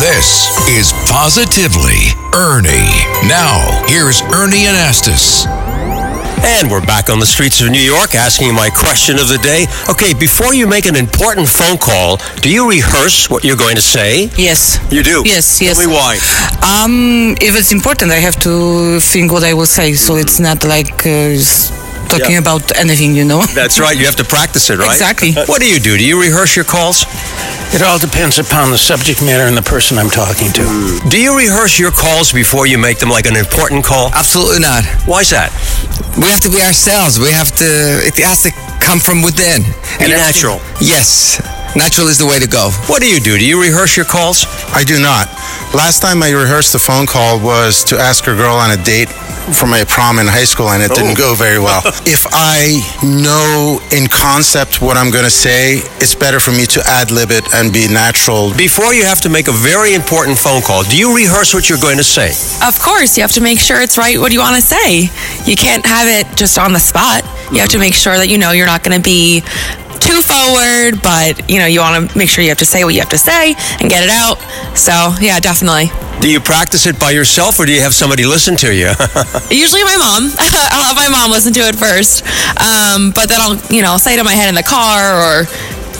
This is Positively Ernie. Now, here's Ernie Anastas. And we're back on the streets of New York asking my question of the day. Okay, before you make an important phone call, do you rehearse what you're going to say? Yes. You do? Yes, yes. Tell me why. Um, if it's important, I have to think what I will say, so it's not like uh, s- talking Yeah. about anything, you know. That's right. You have to practice it, right? Uh, Exactly. What do you do? Do you rehearse your calls? It all depends upon the subject matter and the person I'm talking to. Do you rehearse your calls before you make them like an important call? Absolutely not. Why's that? We have to be ourselves. We have to. It has to come from within. Be everything- natural. Yes, natural is the way to go. What do you do? Do you rehearse your calls? I do not. Last time I rehearsed a phone call was to ask a girl on a date for my prom in high school, and it didn't go very well. if I know in concept what I'm going to say, it's better for me to ad lib it and be natural. Before you have to make a very important phone call, do you rehearse what you're going to say? Of course, you have to make sure it's right what you want to say. You can't have it just on the spot. You have to make sure that you know you're not going to be too forward, but you know you want to make sure you have to say what you have to say and get it out. So, yeah, definitely. Do you practice it by yourself or do you have somebody listen to you? Usually my mom. I'll have my mom listen to it first. Um, but then I'll, you know, say it in my head in the car or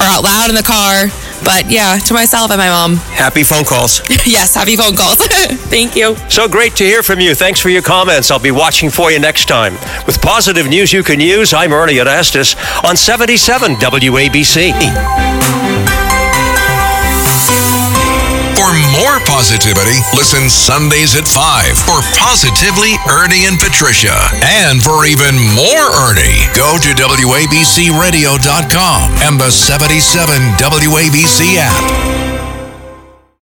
or out loud in the car. But yeah, to myself and my mom. Happy phone calls. yes, happy phone calls. Thank you. So great to hear from you. Thanks for your comments. I'll be watching for you next time. With positive news you can use, I'm Ernie Anastas on 77 WABC. For more positivity, listen Sundays at 5 for Positively Ernie and Patricia. And for even more Ernie, go to WABCRadio.com and the 77 WABC app.